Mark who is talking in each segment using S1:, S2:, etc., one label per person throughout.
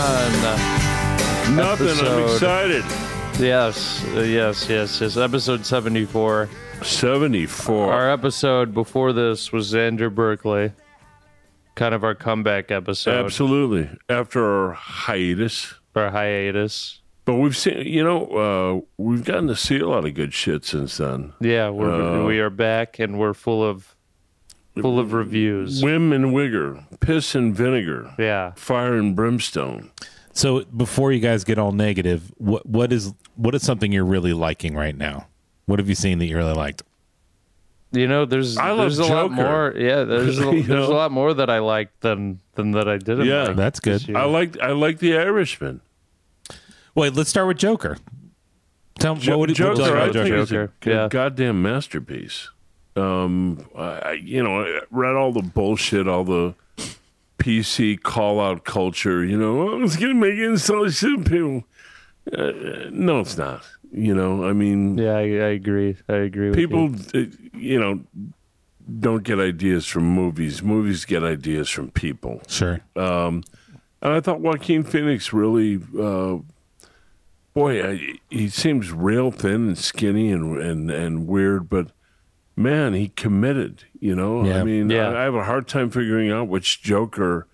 S1: uh,
S2: Nothing. I'm
S1: Episode.
S2: excited.
S1: yes, uh, yes, yes, yes. Episode seventy-four.
S2: 74.
S1: Our episode before this was Andrew Berkeley, kind of our comeback episode,
S2: Absolutely. After our hiatus.
S1: our hiatus.
S2: But we've seen, you know, uh, we've gotten to see a lot of good shit since then.
S1: Yeah, we're,
S2: Oh.
S1: we are back and we're full of full of reviews.
S2: Whim and Wigger, Piss and Vinegar,
S1: Yeah,
S2: Fire and Brimstone.
S3: So before you guys get all negative, what what is what is something you're really liking right now? What have you seen that you really liked?
S1: you know, there's
S2: I love
S1: there's a lot
S2: Joker.
S1: more. Yeah, there's a,
S2: You
S1: there's a
S2: know?
S1: lot more that I liked than than that I didn't.
S2: Yeah.
S1: like
S3: That's good.
S1: this year.
S2: I like I like The Irishman.
S3: Wait, let's start with Joker. Tell me
S2: Jo-
S3: what would you- what
S2: Joker,
S3: would you
S2: I
S3: like about
S2: think
S3: Joker?
S2: is a
S1: Joker, yeah.
S2: goddamn masterpiece. Um, I, I- you know, I read all the bullshit, all the PC call out culture. You know, oh, it's gonna make insult shit people. Uh, no, it's not. You know, I mean,
S1: Yeah, I, I agree. I agree. With you.
S2: people, uh, you know, don't get ideas from movies. Movies get ideas from people.
S3: Sure.
S2: And I thought Joaquin Phoenix really, uh, boy, I, he seems real thin and skinny and and and weird, but man, he committed. You know, I
S3: Yeah.
S2: mean,
S1: Yeah.
S2: I, I have a hard time figuring out which Joker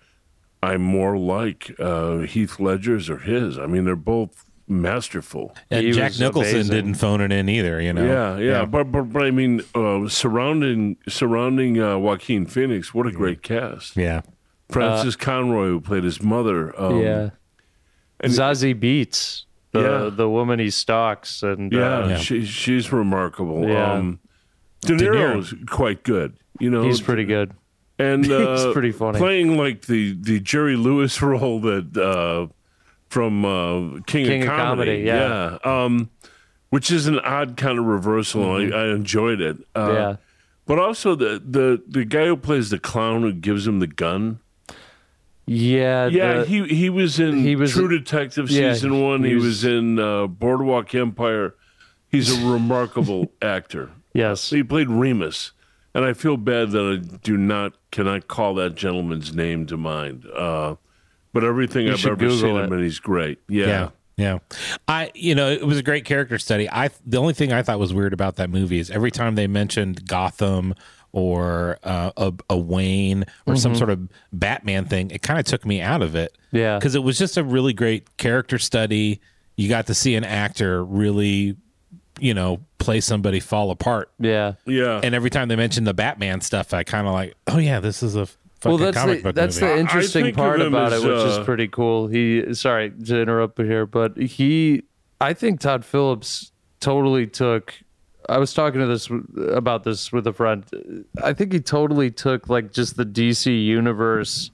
S2: I'm more like, uh, Heath Ledger's or his. I mean, they're both masterful.
S1: He
S3: And Jack
S1: was
S3: Nicholson
S1: amazing.
S3: didn't phone it in either, you know.
S2: Yeah, yeah, But, but but I mean, uh, surrounding surrounding uh, Joaquin Phoenix, what a great cast!
S3: Yeah.
S2: Francis Conroy, who played his mother, um,
S1: yeah, Zazie Beats the
S2: Yeah.
S1: the woman he stalks and
S2: Yeah,
S1: uh,
S3: Yeah.
S2: She, she's remarkable.
S1: Yeah.
S2: Um, De
S3: De Niro.
S2: Niro's quite good. You know,
S1: he's pretty good.
S2: and uh,
S1: pretty funny.
S2: Playing like the the Jerry Lewis role that uh, from uh, King,
S1: King
S2: of
S1: of
S2: Comedy.
S1: Comedy, yeah.
S2: Yeah. Um, which is an odd kind of reversal. and I, I enjoyed it. Uh,
S1: Mm-hmm. yeah,
S2: But also the, the the guy who plays the clown who gives him the gun.
S1: yeah,
S2: Yeah,
S1: the-
S2: he he was in
S1: Uh, he was-
S2: True Detective
S1: yeah,
S2: season
S1: he-
S2: one. He,
S1: he was-
S2: was, in uh, Boardwalk Empire. He's a remarkable actor.
S1: yes,
S2: So he played Remus, and I feel bad that I do not cannot call that gentleman's name to mind. Uh, but everything I've
S1: should
S2: ever
S1: Google
S2: seen
S1: it.
S2: him in, he's great. Yeah.
S3: Yeah. Yeah. I you know, it was a great character study. I the only thing I thought was weird about that movie is every time they mentioned Gotham or uh, a, a Wayne or some sort of Batman thing, it kind of took me out of it.
S1: Mm-hmm. Yeah.
S3: Cuz it was just a really great character study. You got to see an actor really you know, play somebody fall apart.
S1: yeah.
S2: yeah.
S3: And every time they mentioned the Batman stuff, I kind of like, "Oh yeah, this is a fucking
S1: well, that's
S3: comic
S1: the,
S3: book
S1: that's
S3: movie."
S1: the
S2: I
S1: interesting
S2: think of
S1: part
S2: him
S1: about
S2: as,
S1: it, which is
S2: uh,
S1: pretty cool. He sorry to interrupt here, but he I think Todd Phillips totally took. I was talking to this about this with a friend. I think he totally took like just the DC universe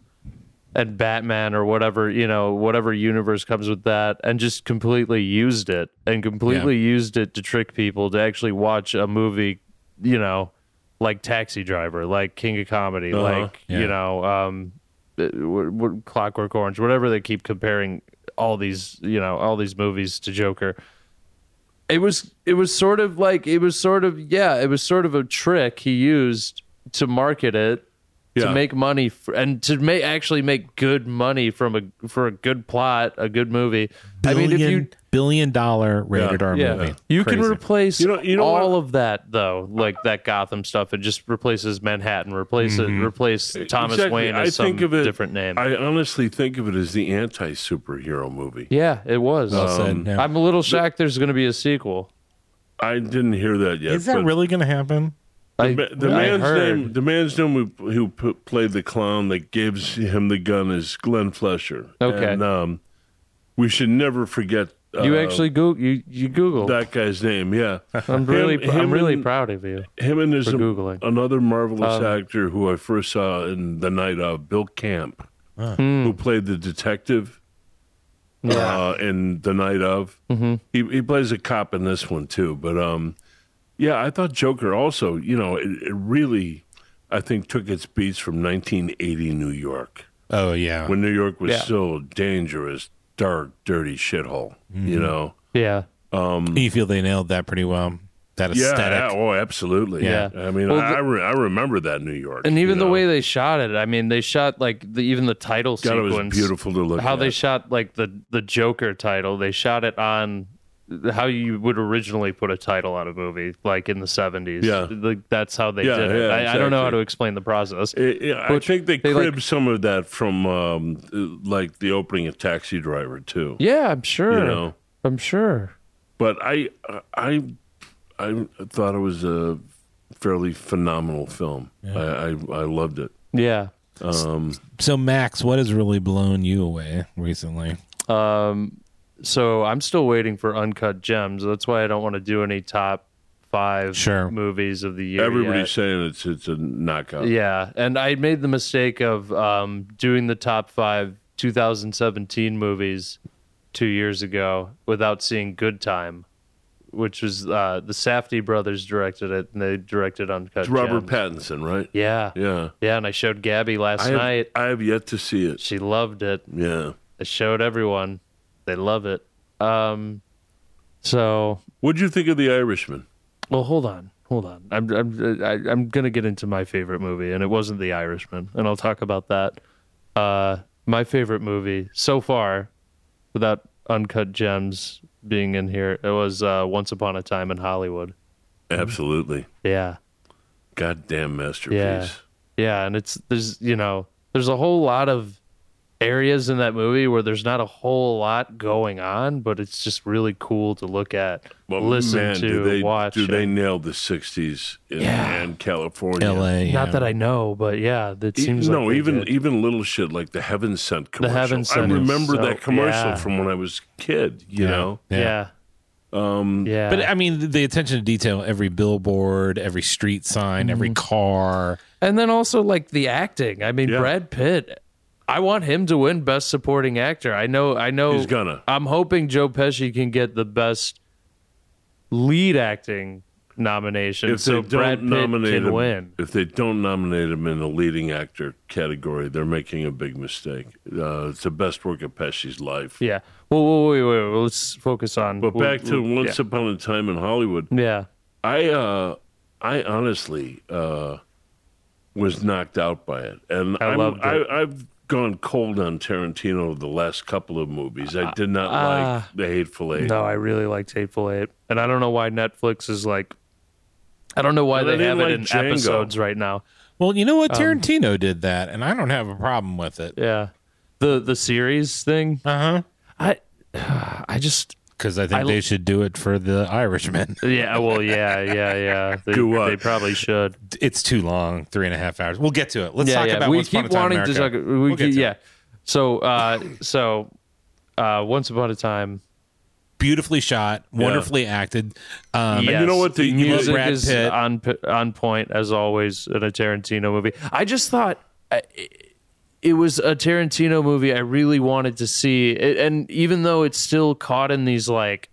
S1: and Batman or whatever you know whatever universe comes with that, and just completely used it and completely used it to trick people to actually watch a movie. You know, like Taxi Driver, like King of Comedy,
S2: Uh-huh.
S1: like
S3: Yeah.
S1: you know, um, uh, w- w- Clockwork Orange, whatever they keep comparing all these you know all these movies to Joker. It was it was sort of like it was sort of yeah it was sort of a trick he used to market it to
S2: Yeah.
S1: make money f and to make actually make good money from a for a good plot a good movie. I mean if you
S3: billion dollar rated
S2: Yeah,
S3: R
S1: yeah.
S3: movie.
S1: You can
S3: Crazy.
S1: replace
S2: You know- you know
S1: all
S2: what?
S1: of that though, like that Gotham stuff. It just replaces Manhattan, replace it, replace Thomas
S2: Mm-hmm. Exactly.
S1: Wayne as some
S2: it,
S1: different name.
S2: I honestly think of it as the anti superhero movie.
S1: yeah, it was.
S3: Well said,
S2: Um,
S3: yeah.
S1: I'm a little shocked. there's going to be a sequel.
S2: I didn't hear that yet.
S3: Is that
S2: but
S3: really going to happen?
S1: I,
S2: ma- The
S1: I
S2: man's
S1: heard.
S2: name, the man's name who, who p- played the clown that gives him the gun is Glenn Flesher.
S1: Okay.
S2: and, um, we should never forget. Uh,
S1: You actually go you you Google.
S2: that guy's name. Yeah,
S1: I'm really
S2: Him-
S1: I'm
S2: him
S1: really
S2: and-
S1: proud of you.
S2: Him and there's
S1: for Um,
S2: a-
S1: Googling.
S2: another marvelous actor who I first saw in the night of Bill Camp,
S1: Hmm.
S2: who played the detective uh, in the night of. Mm-hmm. He he plays a cop in this one too. But um, yeah, I thought Joker also. You know, it, it really, I think, took its beats from 1980 New York
S3: Oh yeah.
S2: when New York was
S1: Yeah.
S2: still a dangerous, dark, dirty shithole. You know.
S1: Yeah.
S3: you feel they nailed that pretty well. that
S2: Yeah,
S3: aesthetic.
S2: yeah, oh, absolutely.
S1: Yeah.
S2: I mean,
S1: Well,
S2: I,
S1: the-
S2: I, re- I remember that in New York.
S1: And even
S2: you
S1: the
S2: know?
S1: way they shot it, I mean, they shot like the, even the title
S2: God, it
S1: sequence.
S2: was beautiful to look
S1: How
S2: at.
S1: they shot like the the Joker title, they shot it on how you would originally put a title on a movie, like in the seventies.
S2: Yeah.
S1: like that's how they
S2: Yeah,
S1: did it.
S2: yeah,
S1: I, I don't know how
S2: exactly.
S1: to explain the process.
S2: It- yeah, I
S1: Which
S2: think they,
S1: they, like-
S2: cribbed some of that from um, uh, like the opening of Taxi Driver too.
S1: yeah, I'm sure.
S2: You know,
S1: I'm sure.
S2: but I I I thought it was a fairly phenomenal film. I, I I loved it.
S1: Yeah.
S2: Um,
S3: so Max, what has really blown you away recently?
S1: So I'm still waiting for Uncut Gems. That's why I don't want to do any top five
S3: Sure.
S1: movies of the year.
S2: everybody's
S1: yet.
S2: saying it's it's a knockout.
S1: Yeah, and I made the mistake of um, doing the top five 2017 movies two years ago without seeing Good Time, which was uh, the Safdie brothers directed it, and they directed Uncut.
S2: It's Robert
S1: Gems.
S2: Pattinson, right?
S1: Yeah. yeah,
S2: Yeah.
S1: and I showed Gabby last
S2: I have,
S1: night.
S2: I have yet to see it.
S1: She loved it.
S2: Yeah.
S1: I showed everyone. They love it. Um, so
S2: What'd you think of The Irishman?
S1: Well, hold on, hold on. I'm I'm I, I'm gonna get into my favorite movie, and it wasn't The Irishman, and I'll talk about that. Uh, my favorite movie so far, without uncut gems being in here, it was uh, Once Upon a Time in Hollywood. Mm-hmm.
S2: Absolutely.
S1: Yeah,
S2: Goddamn masterpiece.
S1: Yeah. yeah, and it's there's you know there's a whole lot of areas in that movie where there's not a whole lot going on, but it's just really cool to look at,
S2: Well,
S1: listen
S2: man,
S1: to,
S2: do they,
S1: watch.
S2: Do they
S1: and-
S2: nail the '60s in,
S1: Yeah.
S2: and California?
S3: L.A.
S1: not
S3: yeah.
S1: that I know, but yeah, that
S2: E-
S1: seems
S2: no,
S1: like they
S2: even
S1: did.
S2: even little shit like the Heaven Sent commercial.
S1: Heaven Sent
S2: I
S1: is
S2: remember
S1: so-
S2: that commercial
S1: yeah.
S2: from when I was a kid. You
S3: Yeah.
S2: know,
S3: Yeah.
S1: Yeah. Um, yeah.
S3: But I mean, the attention to detail, every billboard, every street sign,
S1: Mm-hmm.
S3: every car.
S1: and then also like the acting. I mean,
S2: Yeah.
S1: Brad Pitt. I want him to win Best Supporting Actor. I know. I know.
S2: He's gonna.
S1: I'm hoping Joe Pesci can get the Best Lead Acting nomination.
S2: if
S1: so
S2: they
S1: Brad
S2: don't
S1: Pitt
S2: nominate
S1: can
S2: him,
S1: win.
S2: if they don't nominate him in the leading actor category, they're making a big mistake. Uh, it's the best work of Pesci's life.
S1: Yeah. Well, well, wait, wait, wait. Let's focus on.
S2: But back to
S1: yeah.
S2: Once Upon a Time in Hollywood.
S1: Yeah.
S2: I uh, I honestly uh, was knocked out by it, and
S1: I
S2: I'm-
S1: loved it.
S2: I, I've gone cold on Tarantino the last couple of movies. I did not
S1: ah.
S2: like The Hateful Eight.
S1: No, I really liked Hateful Eight, and I don't know why Netflix is like. I don't know why
S2: No, they
S1: they have it
S2: didn't
S1: in
S2: like Django.
S1: episodes right now.
S3: Well, you know what?
S1: Um,
S3: Tarantino did that, and I don't have a problem with it.
S1: Yeah. The the series thing.
S3: Uh huh.
S1: I I just
S3: Because I think
S1: Uh-huh. I l-
S3: they should do it for the Irishman.
S1: yeah well yeah yeah yeah they,
S2: Do what?
S1: they probably should
S3: It's too long, three and a half hours. We'll get to it. Let's
S1: yeah
S3: talk
S1: yeah
S3: about
S1: we
S3: Once Upon
S1: keep
S3: a Time in
S1: wanting to talk
S3: America.
S1: we
S3: We'll get
S1: keep,
S3: to it.
S1: yeah so uh so uh once upon a time
S3: Beautifully shot, wonderfully acted. Um,
S1: yes,
S2: you know what? The- you love
S1: music
S3: Brad
S1: is
S3: Pitt.
S1: on p- on point as always in a Tarantino movie I just thought I, it was a Tarantino movie I really wanted to see It- and even though it's still caught in these like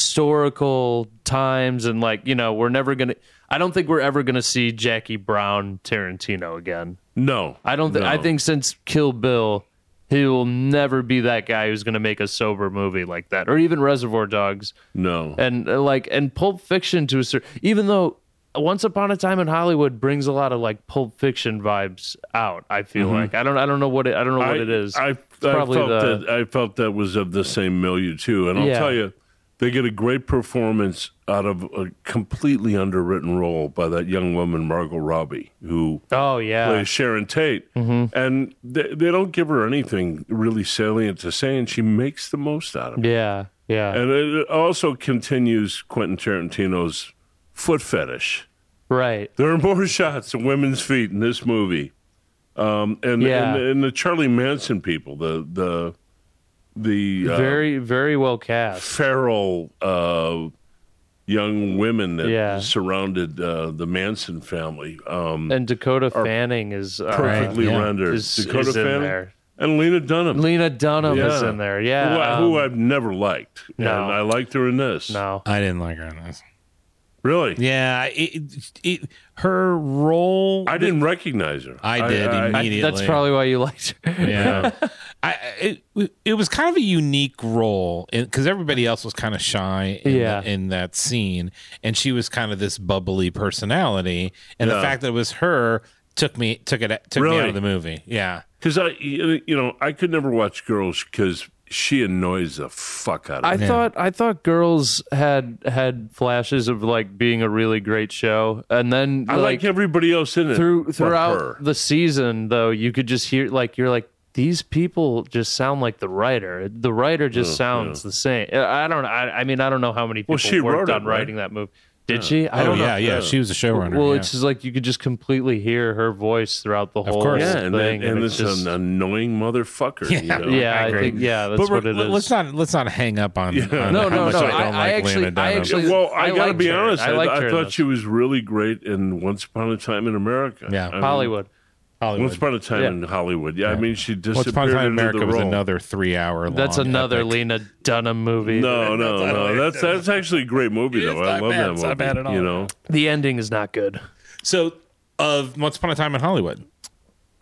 S1: historical times and like you know we're never gonna i don't think we're ever gonna see jackie brown tarantino again
S2: No,
S1: i don't think i
S2: no.
S1: think since kill bill he will never be that guy who's gonna make a sober movie like that or even reservoir dogs
S2: no.
S1: and uh, like and pulp fiction to a certain even though once upon a time in hollywood brings a lot of like pulp fiction vibes out i feel like i don't i don't know what it i don't know what
S2: Mm-hmm. I,
S1: it is
S2: I, I felt
S1: probably the-
S2: that I felt that was of the same milieu too, and I'll
S1: Yeah.
S2: tell you, they get a great performance out of a completely underwritten role by that young woman Margot Robbie, who
S1: oh yeah Mm-hmm.
S2: plays Sharon Tate, and they, they don't give her anything really salient to say, and she makes the most out of it.
S1: yeah yeah
S2: And it also continues Quentin Tarantino's foot fetish.
S1: right
S2: There are more shots of women's feet in this movie, um, and,
S1: Yeah.
S2: and and the Charlie Manson people, the the the uh,
S1: very very well cast
S2: feral uh, young women that
S1: Yeah.
S2: surrounded uh, the Manson family. Um,
S1: and Dakota Fanning is uh,
S2: perfectly
S3: Right, yeah.
S2: rendered.
S1: Is-
S2: Dakota
S1: is in
S2: Fanning
S1: there.
S2: and Lena Dunham,
S1: Lena Dunham is
S2: Yeah.
S1: in there.
S2: who,
S1: Yeah,
S2: I, who uh,
S1: um,
S2: I've never liked,
S1: no.
S2: and I liked her in this.
S1: no,
S3: I didn't like her in this.
S2: Really?
S3: Yeah, it, it, it, her role.
S2: I didn't recognize her.
S3: I did immediately.
S1: That's probably why you liked her.
S3: Yeah, I, it it was kind of a unique role because everybody else was kind of shy. In
S1: Yeah.
S3: the- in that scene, and she was kind of this bubbly personality, and
S2: Yeah.
S3: the fact that it was her took me took it took me out
S2: Really?
S3: of the movie. Yeah,
S2: Because I, you know, I could never watch girls because she annoys the fuck out of
S1: I
S2: me.
S1: thought I thought girls had had flashes of like being a really great show, and then
S2: I like, everybody else in it.
S1: through
S2: but her.
S1: throughout the season though you could just hear like you're like these people just sound like the writer the writer just
S2: Mm,
S1: sounds the same Uh, i I don't I, I mean i don't know how many people
S2: she
S1: worked
S2: wrote it,
S1: on
S2: right?
S1: writing that movie did she i
S3: oh
S1: don't know
S3: yeah, yeah, she was a showrunner.
S1: well
S3: yeah.
S1: it's just like you could just completely hear her voice throughout the whole
S3: course.
S2: yeah,
S1: thing
S2: and, then, and
S1: it's
S2: it's
S1: just,
S2: an annoying motherfucker. you
S3: Yeah.
S2: know?
S1: yeah i,
S3: agree.
S1: think yeah that's
S3: but
S1: what
S3: we're-
S1: it is
S3: let's not let's not hang up on, on
S1: No,
S3: how
S1: no,
S3: much
S1: no,
S3: I
S1: I-
S3: don't like
S1: I actually-
S3: Lena
S1: I
S3: Dunham.
S1: actually-
S2: Well, I,
S1: I
S2: gotta
S1: liked
S2: be
S1: her.
S2: honest.
S1: I
S2: I,
S1: liked
S2: I
S1: her in
S2: thought
S1: this.
S2: she was really great in Once Upon a Time in America.
S3: Yeah.
S2: I mean,
S1: hollywood
S3: Hollywood.
S2: Once Upon a Time in Hollywood. Yeah, I mean, she
S3: Once
S2: disappeared
S3: Upon a Time in
S2: into
S3: America
S2: the
S3: was
S2: role.
S3: another three hour.
S1: that's
S3: long
S1: another
S3: epic.
S1: lena dunham movie
S2: No, no, no. That's that's actually a great movie though. I
S3: not
S2: love
S3: bad.
S2: that
S3: It's
S2: movie.
S3: not bad at all.
S2: You know,
S1: the ending is not good
S3: So of Once Upon a Time in Hollywood.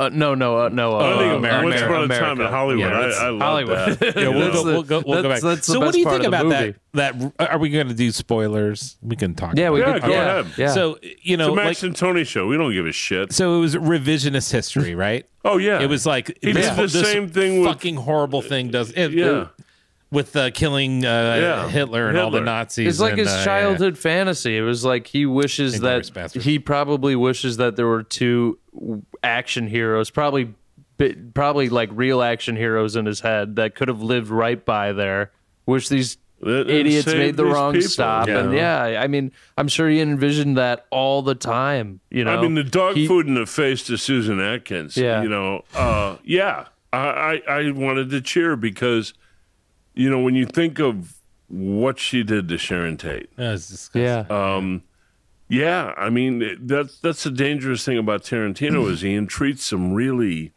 S1: uh, no no uh, no uh,
S2: I think
S1: uh,
S2: Once
S1: Amer-
S2: Upon a Time
S1: America.
S2: in Hollywood.
S1: Yeah,
S2: I,
S1: it's
S2: I love
S1: Hollywood.
S2: that.
S1: Yeah,
S2: you
S1: we'll
S2: know?
S1: go- the- that's- that's the
S3: so what do you
S1: best
S3: think
S1: part
S3: about
S1: of the
S3: that? That are we going to do spoilers? We can talk.
S1: yeah we
S2: Yeah,
S1: could,
S2: go
S1: yeah,
S2: ahead.
S1: yeah
S3: So you
S2: It's
S3: know,
S2: a Max
S3: like,
S2: and Tony show. We don't give a shit.
S3: so it was revisionist history, right?
S2: Oh yeah,
S3: It was like
S2: He
S3: this,
S2: did the
S3: this
S2: same thing with-
S3: fucking horrible thing does it,
S2: Yeah.
S3: with uh, killing uh,
S2: Yeah.
S3: Hitler and all the
S2: Hitler.
S3: Nazis.
S1: It's like
S3: and,
S1: his
S3: uh, yeah.
S1: childhood fantasy. It was like he wishes
S3: Inglourious
S1: that
S3: Basterds.
S1: he probably wishes that there were two action heroes, probably bi- probably like real action heroes in his head that could have lived right by there. Wish these
S2: That- that
S1: idiots
S2: saved
S1: made the
S2: these
S1: wrong
S2: people,
S1: stop.
S2: you
S1: And
S2: know?
S1: yeah, I mean, I'm sure he envisioned that all the time. You know,
S2: I mean, the dog
S1: He-
S2: food in the face to Susan Atkins.
S1: Yeah.
S2: You know, uh, yeah. I, I, I wanted to cheer because, you know, when you think of what she did to Sharon Tate,
S3: Uh, it's disgusting.
S1: Yeah,
S2: yeah, I mean, it- that's, that's the dangerous thing about Tarantino is he entreats some really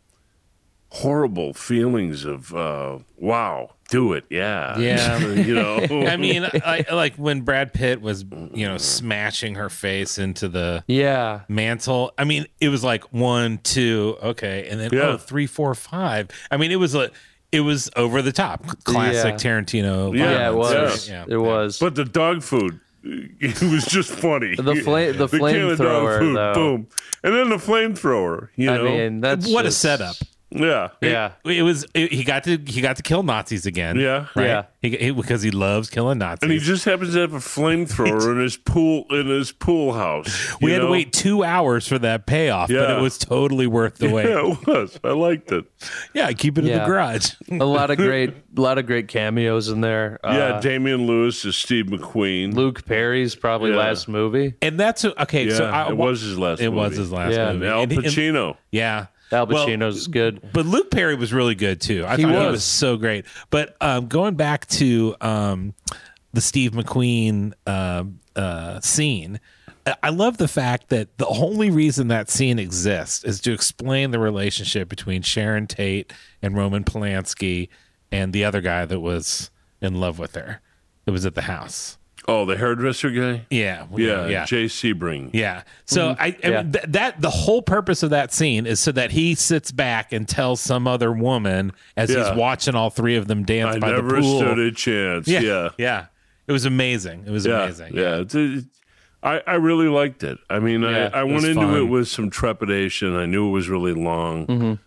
S2: horrible feelings of, uh, wow, do it. Yeah.
S3: Yeah.
S2: you know,
S3: I mean, I, like when Brad Pitt was, you know, smashing her face into the
S1: yeah.
S3: mantle. I mean, it was like one, two, okay, and then
S2: Yeah.
S3: oh, three, four, five. I mean, it was like it was over the top, classic
S1: Yeah.
S3: Tarantino.
S2: Yeah,
S1: Yeah, it
S3: violence,
S1: was.
S3: right?
S1: It was.
S2: but the dog food. It was just funny.
S1: The fla- the
S2: can of dog
S1: flamethrower,
S2: food,
S1: though.
S2: boom, and then the flamethrower. You
S1: I
S2: know,
S1: mean, that's
S3: what
S1: just-
S3: a setup.
S2: Yeah.
S1: Yeah,
S3: It was it, he got to he got to kill Nazis again.
S2: Yeah.
S3: right?
S1: Yeah.
S3: He, he- because he loves killing Nazis.
S2: And he just happens to have a flamethrower in his pool in his pool house.
S3: we
S2: you
S3: had to
S2: know?
S3: wait two hours for that payoff, but
S2: Yeah.
S3: it was totally worth the wait.
S2: Yeah, it was. I liked it.
S3: Yeah, keep it in
S1: Yeah.
S3: the garage.
S1: a lot of great, a lot of great cameos in there. Uh,
S2: yeah, Damian Lewis is Steve McQueen.
S1: Luke Perry's probably
S2: Yeah.
S1: last movie.
S3: And that's okay.
S2: yeah,
S3: so I,
S2: it was his last.
S3: it was
S2: movie.
S3: his last
S1: Yeah.
S3: movie.
S2: Al
S3: And- and-
S2: Pacino.
S3: yeah,
S1: Al
S3: Well,
S1: Pacino's good.
S3: But Luke Perry was really good too. I
S1: He
S3: thought he
S1: was.
S3: was so great. But um, going back to um, the Steve McQueen uh, uh, scene, I- I love the fact that the only reason that scene exists is to explain the relationship between Sharon Tate and Roman Polanski and the other guy that was in love with her. It was at the house.
S2: oh, the hairdresser guy.
S3: Yeah.
S2: Yeah, Jay Sebring.
S3: Yeah. So
S2: Mm-hmm.
S3: I, I
S1: Yeah.
S3: th- that the whole purpose of that scene is so that he sits back and tells some other woman as
S2: Yeah.
S3: he's watching all three of them dance
S2: I
S3: by the
S2: never
S3: pool.
S2: stood a chance.
S3: yeah,
S2: yeah.
S3: yeah. It was amazing. It was amazing.
S2: Yeah, It's- it's- I, I really liked it. I mean,
S1: Yeah,
S2: I, I
S1: it
S2: went
S3: was
S2: into it
S3: fun. Mm-hmm.
S2: with some trepidation. I knew it was really long.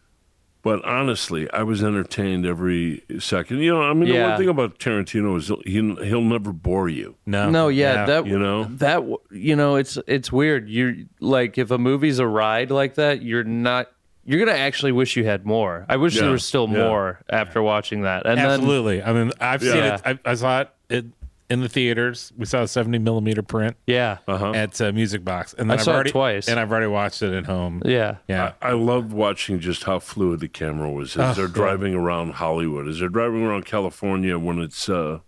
S2: But honestly, I was entertained every second. You know, I mean, the
S1: Yeah.
S2: one thing about Tarantino is he, he'll never bore you.
S3: No.
S1: No, yeah, that
S2: Oh, you know?
S1: that w- you know, it's it's weird. You like if a movie's a ride like that, you're not. You're gonna actually wish you had more. I wish
S2: Yeah,
S1: there was still
S2: yeah.
S1: more after watching that. And
S3: absolutely. I mean, I've seen
S2: Yeah.
S3: it. I, I saw it, it in the theaters. We saw a seventy millimeter print
S1: then, yeah,
S2: Uh-huh.
S3: at uh, Music Box, and then
S1: I
S3: have
S1: saw it
S3: already,
S1: twice.
S3: and I've already watched it at home.
S1: yeah,
S3: Yeah. Ah,
S2: I, I loved watching just how fluid the camera was as they're driving around Hollywood, as they're driving around California when it's uh,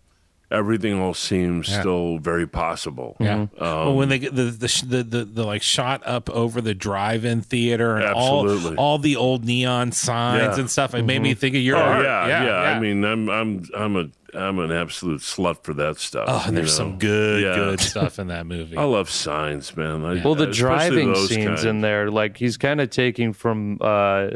S2: everything all seems still very possible.
S1: Mm-hmm.
S3: Yeah. well, when they get the the, sh- the the the like shot up over the drive-in theater and
S2: Absolutely.
S3: all all the old neon signs
S2: Yeah.
S1: Mm-hmm.
S3: and stuff, it made me think of your
S2: Oh
S3: art.
S2: yeah, yeah, I mean, I'm I'm I'm a I'm an absolute slut for that stuff.
S3: Oh,
S2: you
S3: and there's
S2: know?
S3: some good,
S2: Yeah. Oh,
S3: good stuff in that movie.
S2: I love signs, man. I,
S1: Well, the
S2: especially
S1: driving
S2: those
S1: scenes
S2: kind.
S1: in there, like he's kind of taking from uh,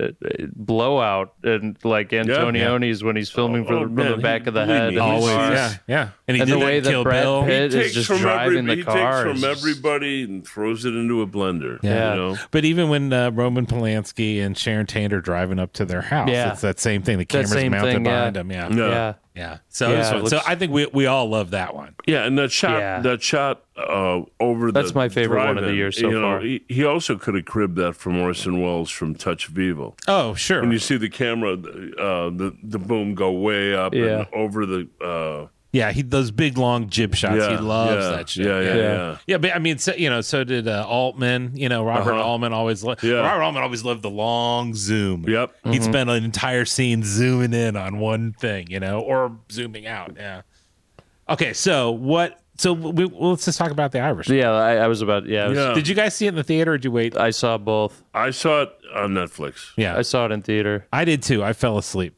S1: Blowout and like Antonioni's when he's filming
S2: Oh,
S1: for
S2: oh,
S1: from
S2: man,
S1: the back of the
S2: he-
S1: head. in the
S2: Always.
S1: car.
S3: yeah, yeah.
S1: And
S3: he
S1: the
S3: did
S1: way
S3: in
S1: that
S3: Kill
S1: Brad
S3: Bill.
S1: Pitt-
S2: He
S1: It is
S2: takes
S1: just
S2: from
S1: driving
S2: every-
S1: the car
S2: He takes
S1: is
S2: from
S1: just-
S2: everybody and throws it into a blender.
S1: Yeah.
S2: You know?
S3: But even when uh, Roman Polanski and Sharon Tate are driving up to their house,
S1: Yeah.
S3: it's that same thing. The camera's
S1: same
S3: mounted
S1: thing, yeah.
S3: behind them. Yeah.
S2: Yeah.
S1: yeah.
S3: Yeah. So,
S1: Yeah,
S3: it was
S1: it
S3: fun. so
S1: looks-
S3: I think we, we all love that one.
S2: Yeah, and that shot,
S1: Yeah.
S2: that shot uh, over
S1: That's
S2: the
S1: my favorite one of the
S2: drive-in,
S1: year so
S2: you know,
S1: far.
S2: He, he also could have cribbed that from Orson Welles from Touch of Evil.
S3: Oh, sure.
S2: When you see the camera, uh, the the boom go way up
S1: Yeah.
S2: and over the. Uh,
S3: yeah. He, those big, long jib shots.
S2: yeah,
S3: he loves
S2: yeah,
S3: that shit.
S2: Yeah, yeah,
S1: Yeah.
S2: yeah.
S3: Yeah, but I mean, so, you know, so did uh, Altman. You know, Robert
S2: Uh-huh.
S3: Altman always loved.
S2: Yeah.
S3: Robert Altman always loved the long zoom.
S2: Yep.
S1: Mm-hmm.
S3: he'd spend an entire scene zooming in on one thing, you know, or zooming out. Yeah. Okay, so what? So we, well, let's just talk about the Irish.
S1: Yeah, I, I was about yeah. I, was-
S2: Yeah.
S3: Did you guys see it in the theater? or Did you wait?
S1: I saw both.
S2: I saw it on Netflix.
S3: Yeah,
S1: I saw it in theater.
S3: I did too. I fell asleep.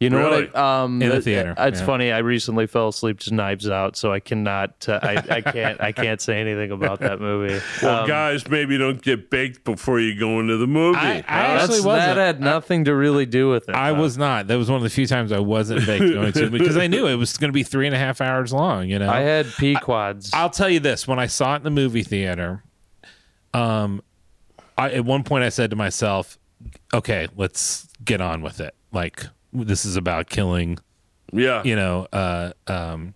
S1: You know
S2: Really?
S1: what? I, um,
S3: In the
S1: it-
S3: theater,
S1: It's
S3: yeah.
S1: funny. I recently fell asleep to Knives Out, so I cannot. Uh, I, I can't. I can't say anything about that movie.
S2: Well,
S1: Um,
S2: guys, maybe don't get baked before you go into the movie.
S3: I, I
S1: that's-
S3: actually
S1: that
S3: wasn't.
S1: had nothing to really do with it.
S3: I was not. That was one of the few times I wasn't baked going to because I knew it was going to be three and a half hours long. You know,
S1: I had pea quads.
S3: I'll tell you this: when I saw it in the movie theater, um, I at one point I said to myself, "Okay, let's get on with it. Like this is about killing,
S2: yeah,
S3: you know, uh, um,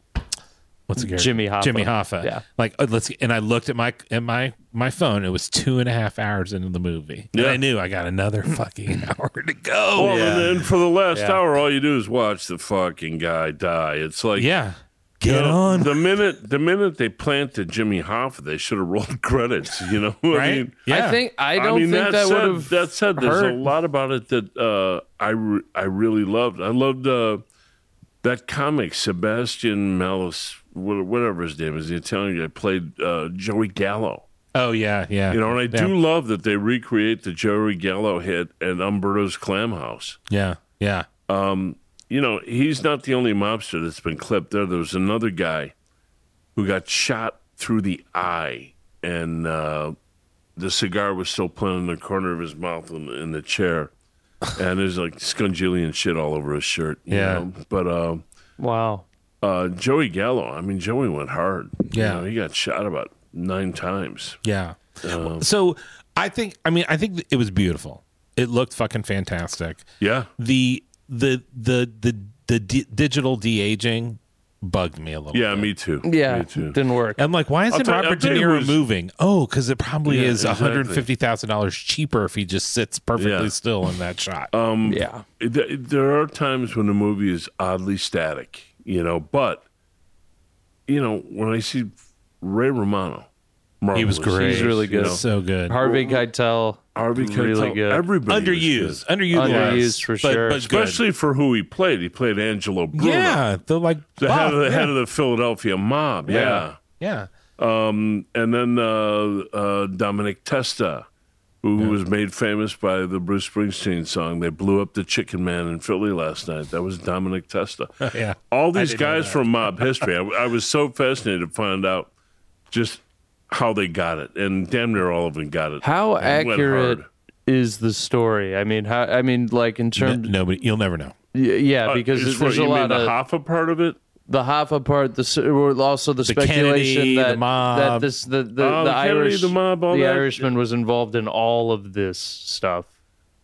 S3: what's it?
S1: Jimmy Hoffa.
S3: Jimmy Hoffa.
S1: Yeah.
S3: Like uh, let's. And I looked at my at my my phone. It was two and a half hours into the movie, and
S2: Yeah.
S3: I knew I got another fucking hour to go.
S2: Well,
S1: Yeah.
S2: and then for the last
S1: Yeah.
S2: hour, all you do is watch the fucking guy die. It's like,
S3: yeah,
S2: you
S3: get
S2: know,
S3: on.
S2: The minute the minute they planted Jimmy Hoffa, they should have rolled credits. You know,
S3: right?
S2: I mean,
S3: yeah.
S1: I think I don't
S2: mean,
S1: think that,
S2: said,
S1: would have.
S2: that said, there's
S1: hurt.
S2: a lot about it that uh, I re- I really loved. I loved uh, that comic Sebastian Malice, wha- whatever his name is, the Italian guy played uh, Joey Gallo.
S3: Oh yeah, yeah.
S2: You know, and I
S3: Yeah.
S2: do love that they recreate the Joey Gallo hit and Umberto's Clam House.
S3: Yeah, yeah.
S2: you know, he's not the only mobster that's been clipped there. There was another guy who got shot through the eye, and uh, the cigar was still put in the corner of his mouth in, in the chair. And there's like scungillion shit all over his shirt. you
S3: Yeah.
S2: know? But uh,
S1: Wow.
S2: uh, Joey Gallo, I mean, Joey went hard.
S3: Yeah.
S2: You know, he got shot about nine times.
S3: Yeah.
S2: Um,
S3: so I think I mean I think it was beautiful. It looked fucking fantastic.
S2: Yeah.
S3: The the the the the di- digital de aging bugged me a little.
S2: Yeah, me too.
S1: Yeah,
S2: Me too.
S1: didn't work.
S3: I'm like, why isn't
S2: tell- I'll
S3: Robert De
S2: tell you
S3: Niro
S2: who's-
S3: moving? Oh, because it probably
S2: Yeah,
S3: is
S2: exactly.
S3: $150,000 cheaper if he just sits perfectly
S2: Yeah. Oh,
S3: still in that shot.
S1: yeah,
S2: Um, Th- there are times when the movie is oddly static, you know, but you know, when I see Ray Romano,
S3: he
S2: marvelous.
S3: was great.
S1: He's really good.
S3: He was so good.
S1: Harvey Keitel.
S2: Harvey Keitel,
S1: really good.
S2: everybody was
S3: Underused.
S2: good.
S3: Underutilized.
S1: Underused for
S3: but,
S1: sure.
S3: But
S2: especially for who he played. He played Angelo
S3: good.
S2: Bruno,
S3: Yeah. The like
S2: the head of the
S3: yeah.
S2: head of the Philadelphia mob. Yeah,
S3: yeah.
S2: and then uh, uh, Dominic Testa, who was made famous by the Bruce Springsteen song "They Blew Up the Chicken Man in Philly Last Night." That was Dominic Testa.
S3: Yeah.
S2: all these
S3: didn't know
S2: guys from mob history. I, I was so fascinated to find out just how they got it, and damn near all of them got it.
S1: How
S2: And went
S1: accurate
S2: hard.
S1: is the story? I mean, how? I mean, like in
S3: N-
S1: terms,
S3: nobody you'll never know.
S1: y- yeah,
S2: Uh,
S1: because
S2: it's
S1: there's
S2: for-
S1: a
S2: you
S1: lot
S2: mean
S1: of
S2: the Hoffa part of it.
S1: the Hoffa part, the s- or also the, speculation
S3: Kennedy, the
S1: that
S3: mob.
S1: that this the the,
S2: Oh,
S1: the
S2: Kennedy,
S1: Irish
S2: the mob, all
S1: the
S2: that.
S1: Irishman was involved in all of this stuff.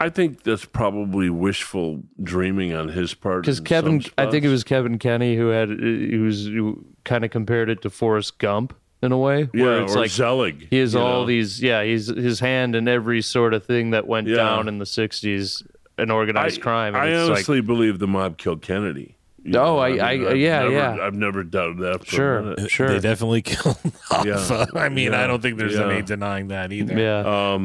S2: I think that's probably wishful dreaming on his part.
S1: Because
S2: in
S1: Kevin,
S2: some
S1: I think it
S2: spots.
S1: was Kevin Kenny who had who was who kind of compared it to Forrest Gump in a way, where
S2: yeah,
S1: it's
S2: or
S1: like
S2: Zelig.
S1: He has
S2: you
S1: all
S2: know?
S1: these, yeah. He's his hand in every sort of thing that went
S2: Yeah.
S1: down in the '60s, an organized crime. And
S2: I
S1: it's
S2: honestly believe the mob killed Kennedy. You
S1: No, I- I-
S2: I've
S1: yeah,
S2: never,
S1: yeah.
S2: I've never doubted that.
S1: like,
S2: For A
S1: sure,
S2: minute.
S1: sure,
S3: They definitely killed Hoffa. I mean, I
S2: Yeah.
S3: don't think there's
S2: Yeah.
S3: any denying that either.
S1: yeah.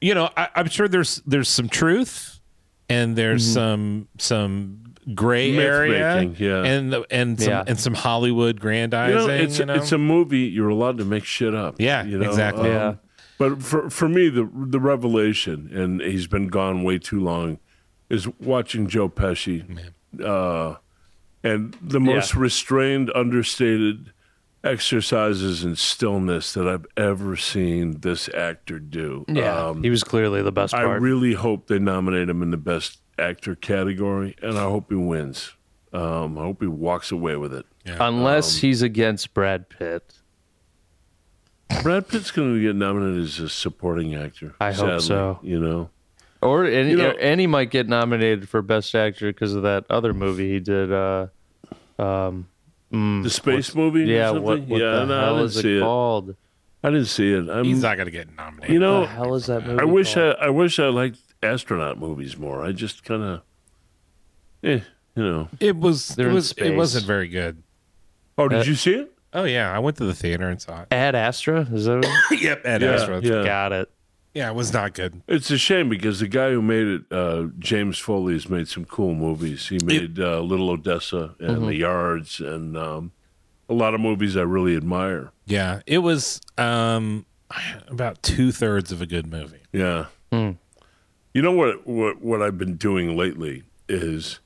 S3: You know, I, I'm sure there's there's some truth and there's
S1: Mm-hmm.
S3: some some gray
S2: Myth
S3: area
S2: making, yeah.
S3: and the, and some
S1: Yeah.
S3: and some Hollywood grandizing.
S2: You
S3: You
S2: know, it's it's a movie. You're allowed to make shit up.
S3: Yeah,
S2: you know? Um,
S3: exactly.
S1: Yeah.
S2: But for for me, the the revelation, and he's been gone way too long, is watching Joe Pesci uh, and the most restrained, understated exercises in stillness that I've ever seen this actor do. Um,
S1: Yeah, he was clearly the best
S2: I
S1: part.
S2: really hope they nominate him in the best actor category, and I hope he wins. Um, I hope he walks away with it. um,
S1: Unless he's against Brad Pitt.
S2: Brad Pitt's going to get nominated as a supporting actor.
S1: I hope so.
S2: You know,
S1: Or any,
S2: You know-
S1: and he might get nominated for best actor because of that other movie he did. Uh,
S2: the space movie.
S1: Hmm. yeah,
S2: or something?
S1: what, what
S2: yeah,
S1: the
S2: no, I
S1: hell
S2: didn't
S1: is
S2: see
S1: it
S2: it.
S1: called?
S2: I didn't see it. I'm,
S3: He's not going to get nominated.
S2: you know,
S1: What the hell is that movie?
S2: Oh, I wish
S1: called?
S2: I, I wish I liked astronaut movies more. I just kind of, eh, you know.
S3: it was
S1: They're
S3: it
S1: in
S3: was
S1: space.
S3: it wasn't very good.
S2: Oh, did
S1: Uh,
S2: you see it?
S3: Oh yeah, I went to the theater and saw it.
S1: Ad Astra is that? What?
S3: yep, Ed
S2: Yeah,
S3: Astra.
S2: yeah.
S1: Got it.
S3: yeah, it was not good.
S2: It's a shame because the guy who made it, uh, James Foley, has made some cool movies. He made uh, Little Odessa and
S1: Mm-hmm.
S2: The Yards and um, a lot of movies I really admire.
S3: Yeah, it was um about two thirds of a good movie.
S2: Yeah.
S1: Hmm.
S2: You know what, what? What I've been doing lately is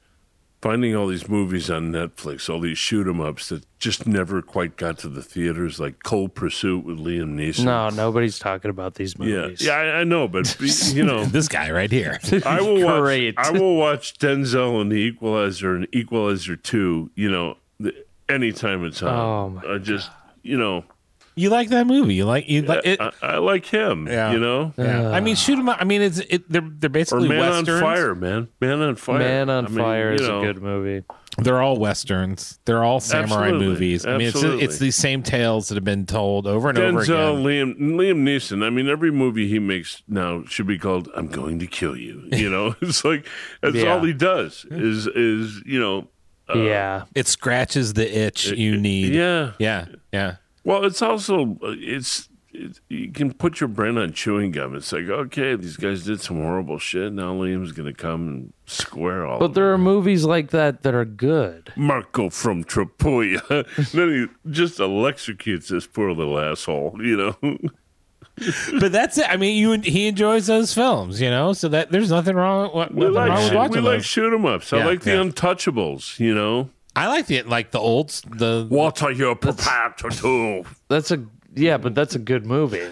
S2: finding all these movies on Netflix, all these shoot 'em ups that just never quite got to the theaters, like Cold Pursuit with Liam Neeson.
S1: No, nobody's talking about these
S2: Yeah,
S1: movies.
S2: yeah, I, I know, but you know,
S3: this guy right here.
S2: I will watch.
S1: Great.
S2: I will watch Denzel and The Equalizer and Equalizer Two. You know, the, anytime it's on.
S1: Oh, my
S2: I just, you know,
S3: you like that movie? You like you like it?
S2: I, I like him.
S3: Yeah.
S2: You know,
S3: yeah. I mean, shoot 'em up. I mean, it's it. They're they're
S2: or
S3: basically
S2: Man
S3: westerns.
S2: on Fire, man. Man on Fire.
S1: Man on
S2: I mean,
S1: Fire is
S2: you
S1: a
S2: know,
S1: good movie.
S3: They're all westerns. They're all samurai
S2: Absolutely.
S3: movies. I mean, it's
S2: Absolutely.
S3: it's these same tales that have been told over and over
S2: Denzel,
S3: again.
S2: Liam, Liam Neeson. I mean, every movie he makes now should be called "I'm Going to Kill You." You know, it's like that's
S1: Yeah.
S2: all he does is is you know,
S1: yeah,
S3: It scratches the itch you need.
S2: yeah,
S3: yeah, yeah.
S2: Well, it's also uh, it's it, you can put your brain on chewing gum. It's like okay, these guys did some horrible shit. Now Liam's gonna come and square all.
S1: but
S2: of them.
S1: there are movies like that that are good.
S2: Marco from Tripolia. then he just electrocutes this poor little asshole. You know,
S3: But that's it. I mean, you he enjoys those films, you know. So that there's nothing wrong. What,
S2: we
S3: nothing
S2: like
S3: wrong with
S2: shoot, we
S3: watching
S2: like
S3: those.
S2: shoot 'em ups. I
S3: Yeah,
S2: like the
S3: yeah.
S2: Untouchables. You know,
S3: I like the like the old the
S2: what are you prepared to do?
S1: That's a yeah, but that's a good movie.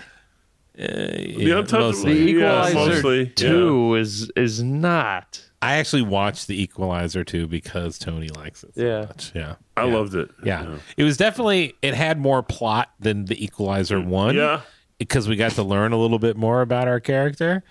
S2: The Untouchables.
S1: The
S3: eh, mostly.
S2: Yeah,
S1: Equalizer
S2: mostly,
S1: Two is is not.
S3: I actually watched The Equalizer too because Tony likes it. So
S1: Yeah.
S3: much. yeah,
S2: I loved it.
S3: yeah. It was definitely it had more plot than The Equalizer one.
S2: Mm. Yeah.
S3: because we got to learn a little bit more about our character.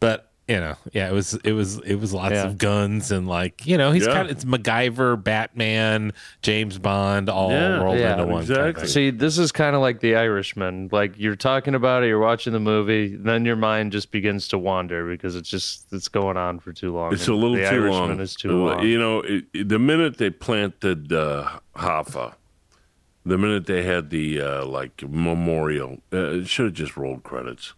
S3: But you know, yeah, it was it was it was lots
S1: Yeah.
S3: of guns and like you know he's
S2: Yeah.
S3: kind of it's MacGyver, Batman, James Bond, all
S2: Yeah,
S3: rolled
S1: yeah,
S3: into one. Kind of
S2: exactly.
S3: thing.
S1: See, this is kind of like The Irishman. Like you're talking about it, you're watching the movie, then your mind just begins to wander because it's just it's going on for too long.
S2: It's a
S1: And
S2: little
S1: the
S2: too
S1: Irishman
S2: long.
S1: Is too long.
S2: You know, it, it- the minute they planted uh, Hoffa, the minute they had the uh, like memorial, uh, it should have just rolled credits.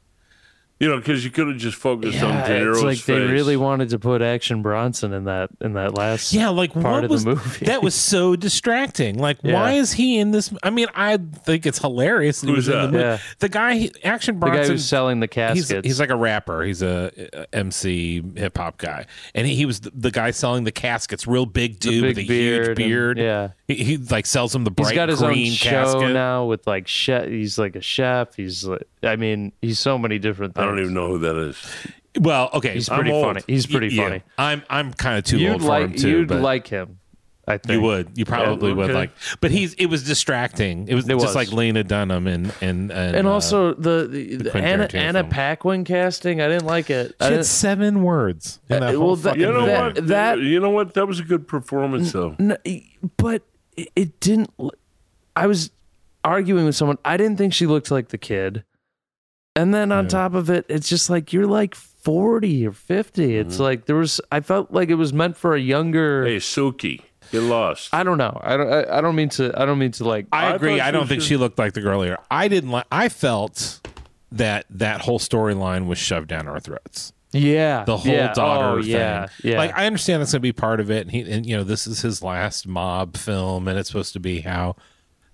S2: You know, because you could have just focused on De
S1: Yeah,
S2: Niro's
S1: it's like they
S2: face.
S1: really wanted to put Action Bronson in that in that last.
S3: Yeah, like
S1: part
S3: what
S1: of the
S3: was
S1: movie.
S3: that was so distracting. Like,
S1: Yeah.
S3: why is he in this? I mean, I think it's hilarious. that he
S2: Who's
S3: was in
S2: that?
S3: The, movie.
S1: Yeah.
S3: the guy, he- Action
S1: the
S3: Bronson.
S1: guy who's selling the
S3: he's,
S1: caskets.
S3: he's like a rapper. He's a, uh MC hip hop guy, and he, he was the, the guy selling the caskets. Real big dude
S1: big
S3: with a
S1: beard and-
S3: huge beard.
S1: yeah.
S3: he, he like sells him the bright
S1: he's got his own
S3: green
S1: show
S3: casket.
S1: now with like chef. He's like a chef. He's like, I mean, he's so many different
S2: I
S1: things.
S2: don't even know who that is.
S3: Well, okay,
S1: He's
S3: I'm
S1: pretty
S3: old.
S1: funny. He's pretty
S3: Yeah,
S1: funny.
S3: I'm I'm kind of too
S1: You'd
S3: old for him
S1: like
S3: too.
S1: you'd
S3: but-
S1: like him. I think
S3: You would. You probably would
S2: okay.
S3: like. But he's. It was distracting. It was
S1: It
S3: just
S1: was.
S3: like Lena Dunham and and and,
S1: And
S3: uh,
S1: also the, the, the
S3: Quentin
S1: Anna,
S3: Tarantino
S1: Anna
S3: film.
S1: Paquin casting. I didn't like it. I
S3: she had
S1: didn't-
S3: seven words. In that
S1: Uh,
S3: whole
S1: well, that-
S3: fucking
S2: You know
S1: That-
S2: what?
S1: that-
S2: you know what? That was a good performance, though.
S1: No, but it- it didn't. l- I was arguing with someone. I didn't think she looked like the kid. And then on top of it, it's just like you're like 40 or 50.
S3: Mm-hmm.
S1: It's like there was, I felt like it was meant for a younger.
S2: Hey, Suki, get lost.
S1: I don't know. I don't, I, I don't mean to, I don't mean to like.
S3: I
S2: I
S3: agree.
S2: thought
S3: I
S2: she
S3: don't
S2: was
S3: think
S2: just-
S3: she looked like the girl earlier. I didn't like. I felt that that whole storyline was shoved down our throats.
S1: yeah.
S3: The whole
S1: yeah,
S3: daughter
S1: oh,
S3: thing.
S1: Yeah. Yeah.
S3: Like I understand that's gonna be part of it, and he and you know this is his last mob film, and it's supposed to be how,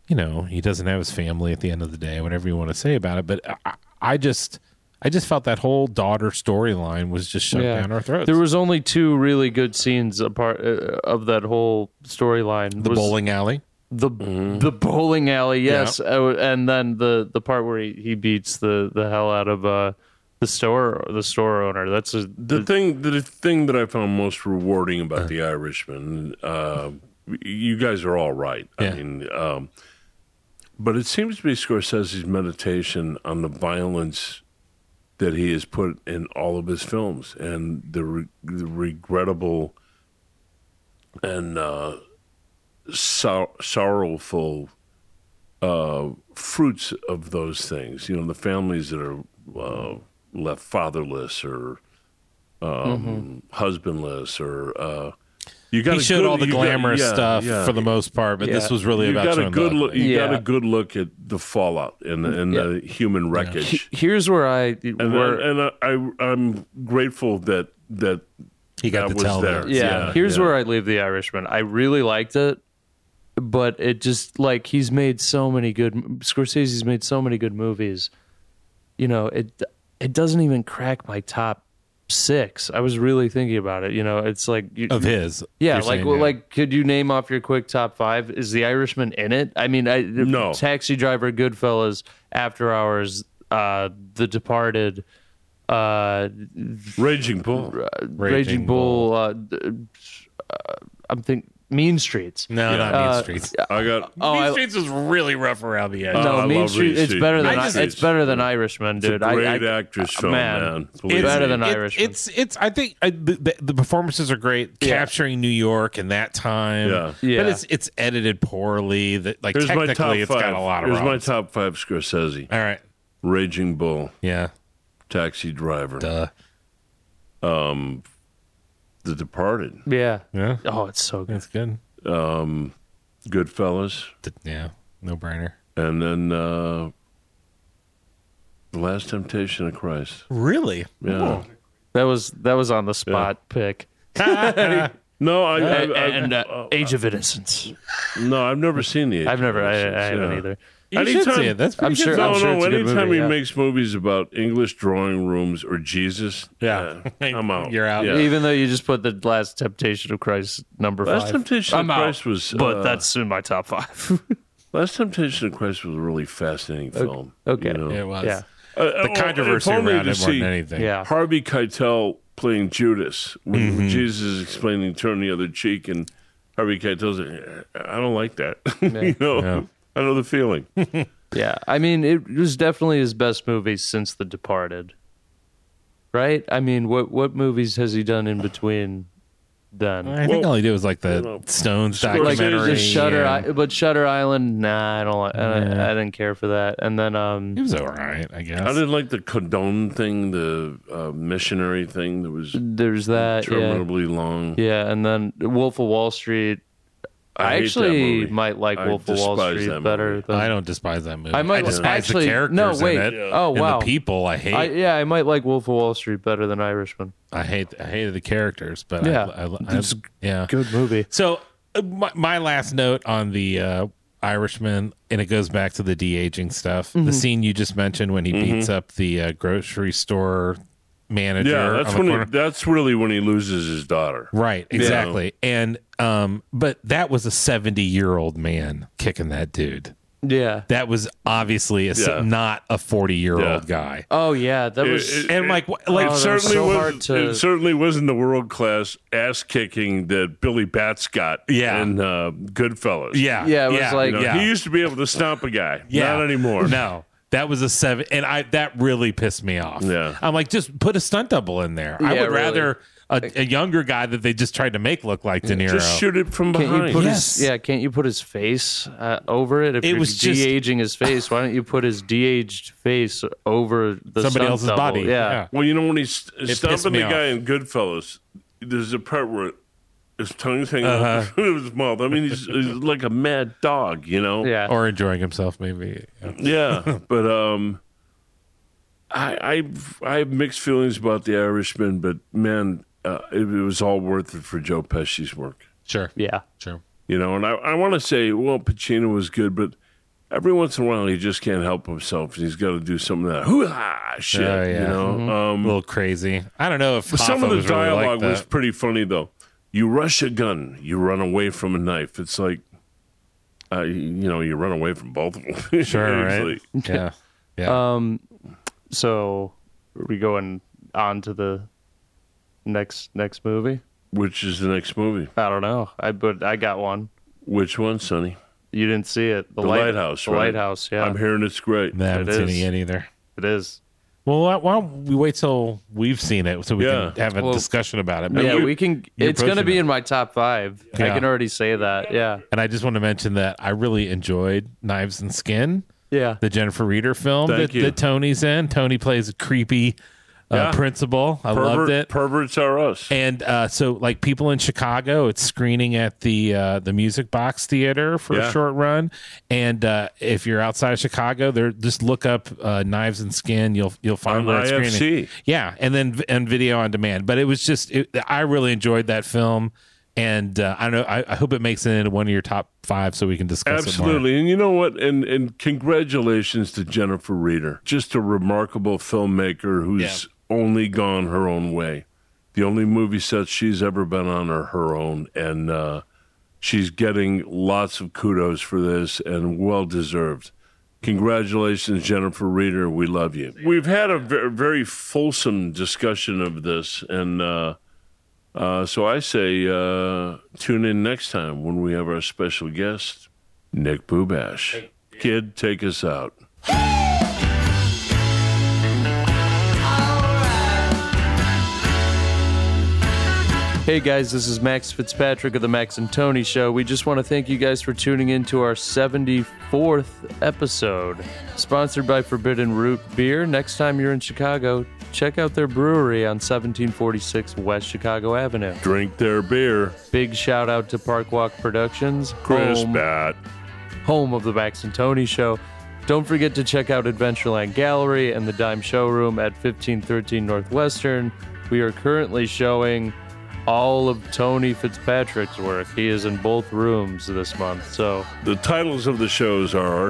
S3: you know, he doesn't have his family at the end of the day, whatever you want to say about it. But I, I just. I just felt that whole daughter storyline was just shoved
S1: Yeah.
S3: down our throats.
S1: There was only two really good scenes apart uh, of that whole storyline.
S3: the
S1: was
S3: bowling alley.
S1: the the bowling alley. Yes, Oh, and then the the part where he, he beats the the hell out of uh the store the store owner. That's a
S2: The thing, the thing that I found most rewarding about The Irishman, uh, you guys are all right.
S3: Yeah.
S2: I mean, um, but it seems to be Scorsese's meditation on the violence that he has put in all of his films and the, re- the regrettable and uh, sor- sorrowful uh, fruits of those things. You know, the families that are uh, left fatherless or um, husbandless or uh, you got
S3: Mm-hmm. He
S2: a
S3: showed
S2: good-
S3: all the
S2: you got-
S3: glamorous
S2: yeah,
S3: stuff
S2: yeah.
S3: for the most part, but this
S1: Yeah.
S3: was really
S2: you
S3: about
S2: got a
S3: showing
S2: good
S3: the
S2: look. You got
S1: Yeah.
S2: a good look at the fallout and the, and the human wreckage.
S1: here's where I
S2: And,
S1: where,
S2: and I, I I'm grateful that that
S3: he
S2: that
S3: got to
S2: was
S3: tell
S2: there.
S3: that.
S1: yeah,
S2: Yeah,
S1: here's
S2: yeah.
S1: where I leave the Irishman. I really liked it, but it just like he's made so many good Scorsese's made so many good movies. You know, it it doesn't even crack my top 6. I was really thinking about it, you know, it's like you,
S3: of his.
S1: yeah,
S3: you're
S1: like
S3: saying,
S1: well,
S3: yeah.
S1: like could you name off your quick top 5? Is the Irishman in it? I mean, I
S2: No.
S1: Taxi Driver, Goodfellas, After Hours, uh The Departed, uh
S2: Raging Bull.
S1: Raging,
S3: Raging
S1: Bull. Uh, d- uh, I'm think Mean Streets.
S3: no, not Mean
S1: uh,
S3: Streets.
S2: I got
S1: Oh,
S3: mean
S1: I-
S3: Streets was really rough around the edges.
S2: Uh,
S1: no,
S2: I
S1: Mean
S2: love
S1: Streets.
S2: Mean
S1: It's
S2: Streets.
S1: better than
S2: Mean
S1: I- it's
S2: Streets.
S1: better than Irishman,
S2: it's a
S1: dude. I-
S2: great
S1: I,
S2: actress film,
S1: man.
S2: man. Believe
S1: It's- better
S2: me.
S1: than
S3: it-
S1: Irishman.
S3: It's it's. I think I, the, the- the performances are great.
S1: Yeah.
S3: Capturing New York in that time.
S2: Yeah.
S1: Yeah.
S3: But it's it's edited poorly. That like
S2: Here's my top
S3: technically,
S2: five.
S3: it's got a lot of.
S2: Here's
S3: problems.
S2: my top five: Scorsese,
S3: All right.
S2: Raging Bull,
S3: Yeah. Uh,
S2: Taxi Driver,
S3: Duh.
S2: The Departed,
S1: yeah.
S3: Yeah.
S1: Oh, it's so good.
S3: That's good.
S2: Goodfellas,
S3: D- Yeah. No brainer.
S2: and then uh, The Last Temptation of Christ.
S3: Really?
S2: Yeah.
S1: That was that was on the spot pick.
S2: No, I, I,
S1: And,
S2: I- oh,
S1: uh, Age of Innocence.
S2: no, I've never seen the.
S1: I've never. I, I
S2: Exorcist,
S1: haven't
S2: yeah.
S1: either.
S3: You should
S2: Anytime-
S3: see it. That's pretty
S1: I'm
S3: good.
S1: sure-
S2: No,
S1: sure
S2: no.
S1: it's a good
S2: anytime
S1: movie,
S2: he
S1: yeah.
S2: makes movies about English drawing rooms or Jesus,
S3: Yeah.
S2: I'm out.
S3: You're out.
S2: Yeah.
S1: Even though you just put the Last Temptation of Christ number
S2: Last
S1: five.
S2: Temptation
S1: I'm
S2: of
S1: out,
S2: Christ was,
S1: but
S2: uh,
S1: that's in my top five.
S2: Last Temptation of Christ was a really fascinating film.
S1: okay.
S2: you know.
S3: It was.
S1: yeah,
S2: Uh, uh,
S3: The
S2: well,
S3: controversy
S2: if
S3: around
S2: only
S3: it
S2: to
S3: more
S2: see
S3: than anything.
S1: yeah.
S2: Harvey Keitel playing Judas when
S3: Mm-hmm.
S2: when Jesus is explaining turn the other cheek, and Harvey Keitel's like, I don't like that. you know, I know the feeling.
S1: Yeah, I mean, it was definitely his best movie since The Departed, right? I mean, what what movies has he done in between then?
S3: I think
S2: Well,
S3: all he did was like the
S2: know,
S3: Stones
S1: Like
S3: documentary.
S1: the Shutter,
S3: and-
S1: I, but Shutter Island, nah, I don't, like, I, don't- I didn't care for that. And then,
S3: He
S1: um,
S3: was all right, I guess.
S2: I didn't like the condone thing, the uh, missionary thing that was
S1: there's that, yeah,
S2: terminably long.
S1: yeah, and then Wolf of Wall Street. I,
S2: hate that
S1: actually
S2: movie.
S1: might like
S2: I
S1: Wolf of Wall
S2: despise
S1: Street
S2: that movie.
S1: better than
S3: I don't despise that movie.
S1: I
S3: I,
S1: might-
S3: despise
S1: actually,
S3: the characters
S1: no, wait.
S3: in it.
S1: Oh,
S3: and
S1: wow.
S3: the people I hate.
S1: I,
S3: I,
S1: yeah, I might like Wolf of Wall Street better than Irishman.
S3: hate. I hated the characters, but
S1: Yeah.
S3: yeah, I, I, I, yeah.
S1: Good movie.
S3: So uh, my, my last note on the uh, Irishman, and it goes back to the de aging stuff.
S1: Mm-hmm.
S3: The scene you just mentioned when he
S2: Mm-hmm.
S3: beats up the uh, grocery store manager.
S2: Yeah, that's
S3: on the
S2: when
S3: corner.
S2: he, that's really when he loses his daughter.
S3: Right, exactly. And um but that was a 70-year-old man kicking that dude.
S1: Yeah.
S3: That was obviously a,
S2: Yeah.
S3: not a 40-year-old
S2: Yeah.
S3: guy.
S1: Oh yeah, that was.
S2: it-
S3: And like wh- like
S2: it
S1: Oh, that was
S2: certainly
S1: so hard
S2: was.
S1: to-
S2: It certainly wasn't the world class ass kicking that Billy Bats got
S3: Yeah.
S2: in uh, Goodfellas.
S3: yeah.
S1: Yeah, it was like-
S2: You know,
S3: yeah.
S2: He used to be able to stomp a guy.
S3: Yeah.
S2: Not anymore.
S3: No. That was a seven, and I that really pissed me off.
S2: Yeah.
S3: I'm like, just put a stunt double in there. I
S1: Yeah,
S3: would
S1: really.
S3: rather a, a younger guy that they just tried to make look like De Niro.
S2: Just shoot it from
S1: Can't you
S2: behind.
S1: put
S3: Yes.
S1: his yeah? Can't you put his face uh, over it? If
S3: It
S1: you're
S3: was just-
S1: de-aging his face, why don't you put his de-aged face over the
S3: somebody
S1: stunt
S3: else's
S1: double?
S3: body.
S1: Yeah.
S2: Well, you know when he's
S3: pissed
S2: stomping
S3: me
S2: the
S3: off.
S2: guy in Goodfellas, there's a part where his tongue's hanging
S3: Uh-huh.
S2: out of his mouth. I mean, he's, he's like a mad dog, you know.
S1: yeah.
S3: Or enjoying himself, maybe.
S2: Yeah, but um, I I I have mixed feelings about the Irishman, but man, uh, it, it was all worth it for Joe Pesci's work,
S3: Sure.
S1: yeah,
S3: Sure.
S2: you know. And I I want to say, well, Pacino was good, but every once in a while he just can't help himself. He's got to do some of that hoo ha shit.
S3: Oh,
S2: You
S3: yeah.
S2: know,
S3: a
S2: um,
S3: little crazy. I don't know if
S2: some
S3: Hoffa
S2: of the
S3: was really like
S2: dialogue
S3: that.
S2: was pretty funny though. You rush a gun, you run away from a knife. It's like, uh, you know, you run away from both of them.
S3: sure,
S2: It's
S3: right?
S2: like-
S3: yeah, yeah.
S1: Um, So are we going on to the next next movie?
S2: which is the next movie?
S1: I don't know. I but I got one.
S2: Which one, Sonny?
S1: You didn't see it.
S2: The Lighthouse,
S1: The
S2: right?
S1: lighthouse. Yeah,
S2: I'm hearing it's great.
S3: I haven't
S1: it
S3: seen it
S1: is.
S3: yet either.
S1: it is.
S3: Well, why, why don't we wait till we've seen it so we
S2: Yeah.
S3: can have a
S1: Well,
S3: discussion about it? But-
S1: Yeah,
S2: you-
S1: we can.
S3: you're
S1: It's going to
S3: approaching
S1: be
S3: it.
S1: in my top five. I
S3: Yeah.
S1: can already say that. Yeah,
S3: And I just want to mention that I really enjoyed Knives and Skin,
S1: yeah.
S3: the Jennifer Reader film
S2: Thank
S3: that,
S2: you.
S3: that Tony's in. Tony plays a creepy uh,
S2: Yeah.
S3: principal. I loved it.
S2: Perverts are us.
S3: And uh, so, like people in Chicago, it's screening at the uh, the Music Box Theater for
S2: Yeah.
S3: a short run. And uh, if you're outside of Chicago, there just look up uh, Knives and Skin. You'll you'll find
S2: On
S3: where it's
S2: IFC.
S3: screening. Yeah, and then and video on demand. But it was just it, I really enjoyed that film, and uh, I know I, I hope it makes it into one of your top five so we can discuss it more.
S2: Absolutely. And you know what? And and congratulations to Jennifer Reeder. Just a remarkable filmmaker who's only gone her own way. The only movie sets she's ever been on are her own. And uh, she's getting lots of kudos for this and well deserved. Congratulations, Jennifer Reeder. We love you. We've had a ver- very fulsome discussion of this. And uh, uh, so I say uh, tune in next time when we have our special guest. Nick Boobash. Kid, take us out.
S1: Hey guys, this is Max Fitzpatrick of the Max and Tony Show. We just want to thank you guys for tuning in to our 74th episode. Sponsored by Forbidden Root Beer. Next time you're in Chicago, check out their brewery on 1746 West Chicago Avenue.
S2: Drink their beer.
S1: Big shout out to Parkwalk Productions,
S2: Chris
S1: home,
S2: Bat.
S1: home of the Max and Tony Show. Don't forget to check out Adventureland Gallery and the Dime Showroom at 1513 Northwestern. We are currently showing all of Tony Fitzpatrick's work. He is in both rooms this month. So
S2: The titles of the shows are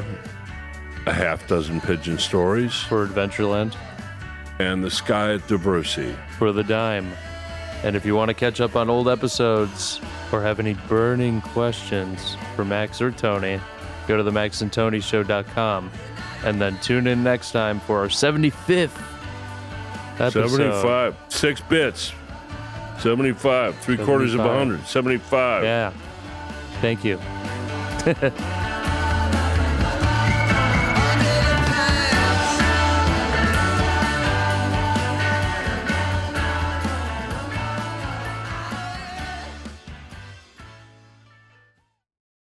S2: A Half Dozen Pigeon Stories
S1: for Adventureland,
S2: and The Sky at Diversity.
S1: for the Dime. And if you want to catch up on old episodes or have any burning questions for Max or Tony, go to the maxandtonyshow.com and then tune in next time for our 75th episode.
S2: 75. Six bits. 75. Three quarters of a
S1: 75.
S2: hundred. 75.
S1: Yeah. Thank you.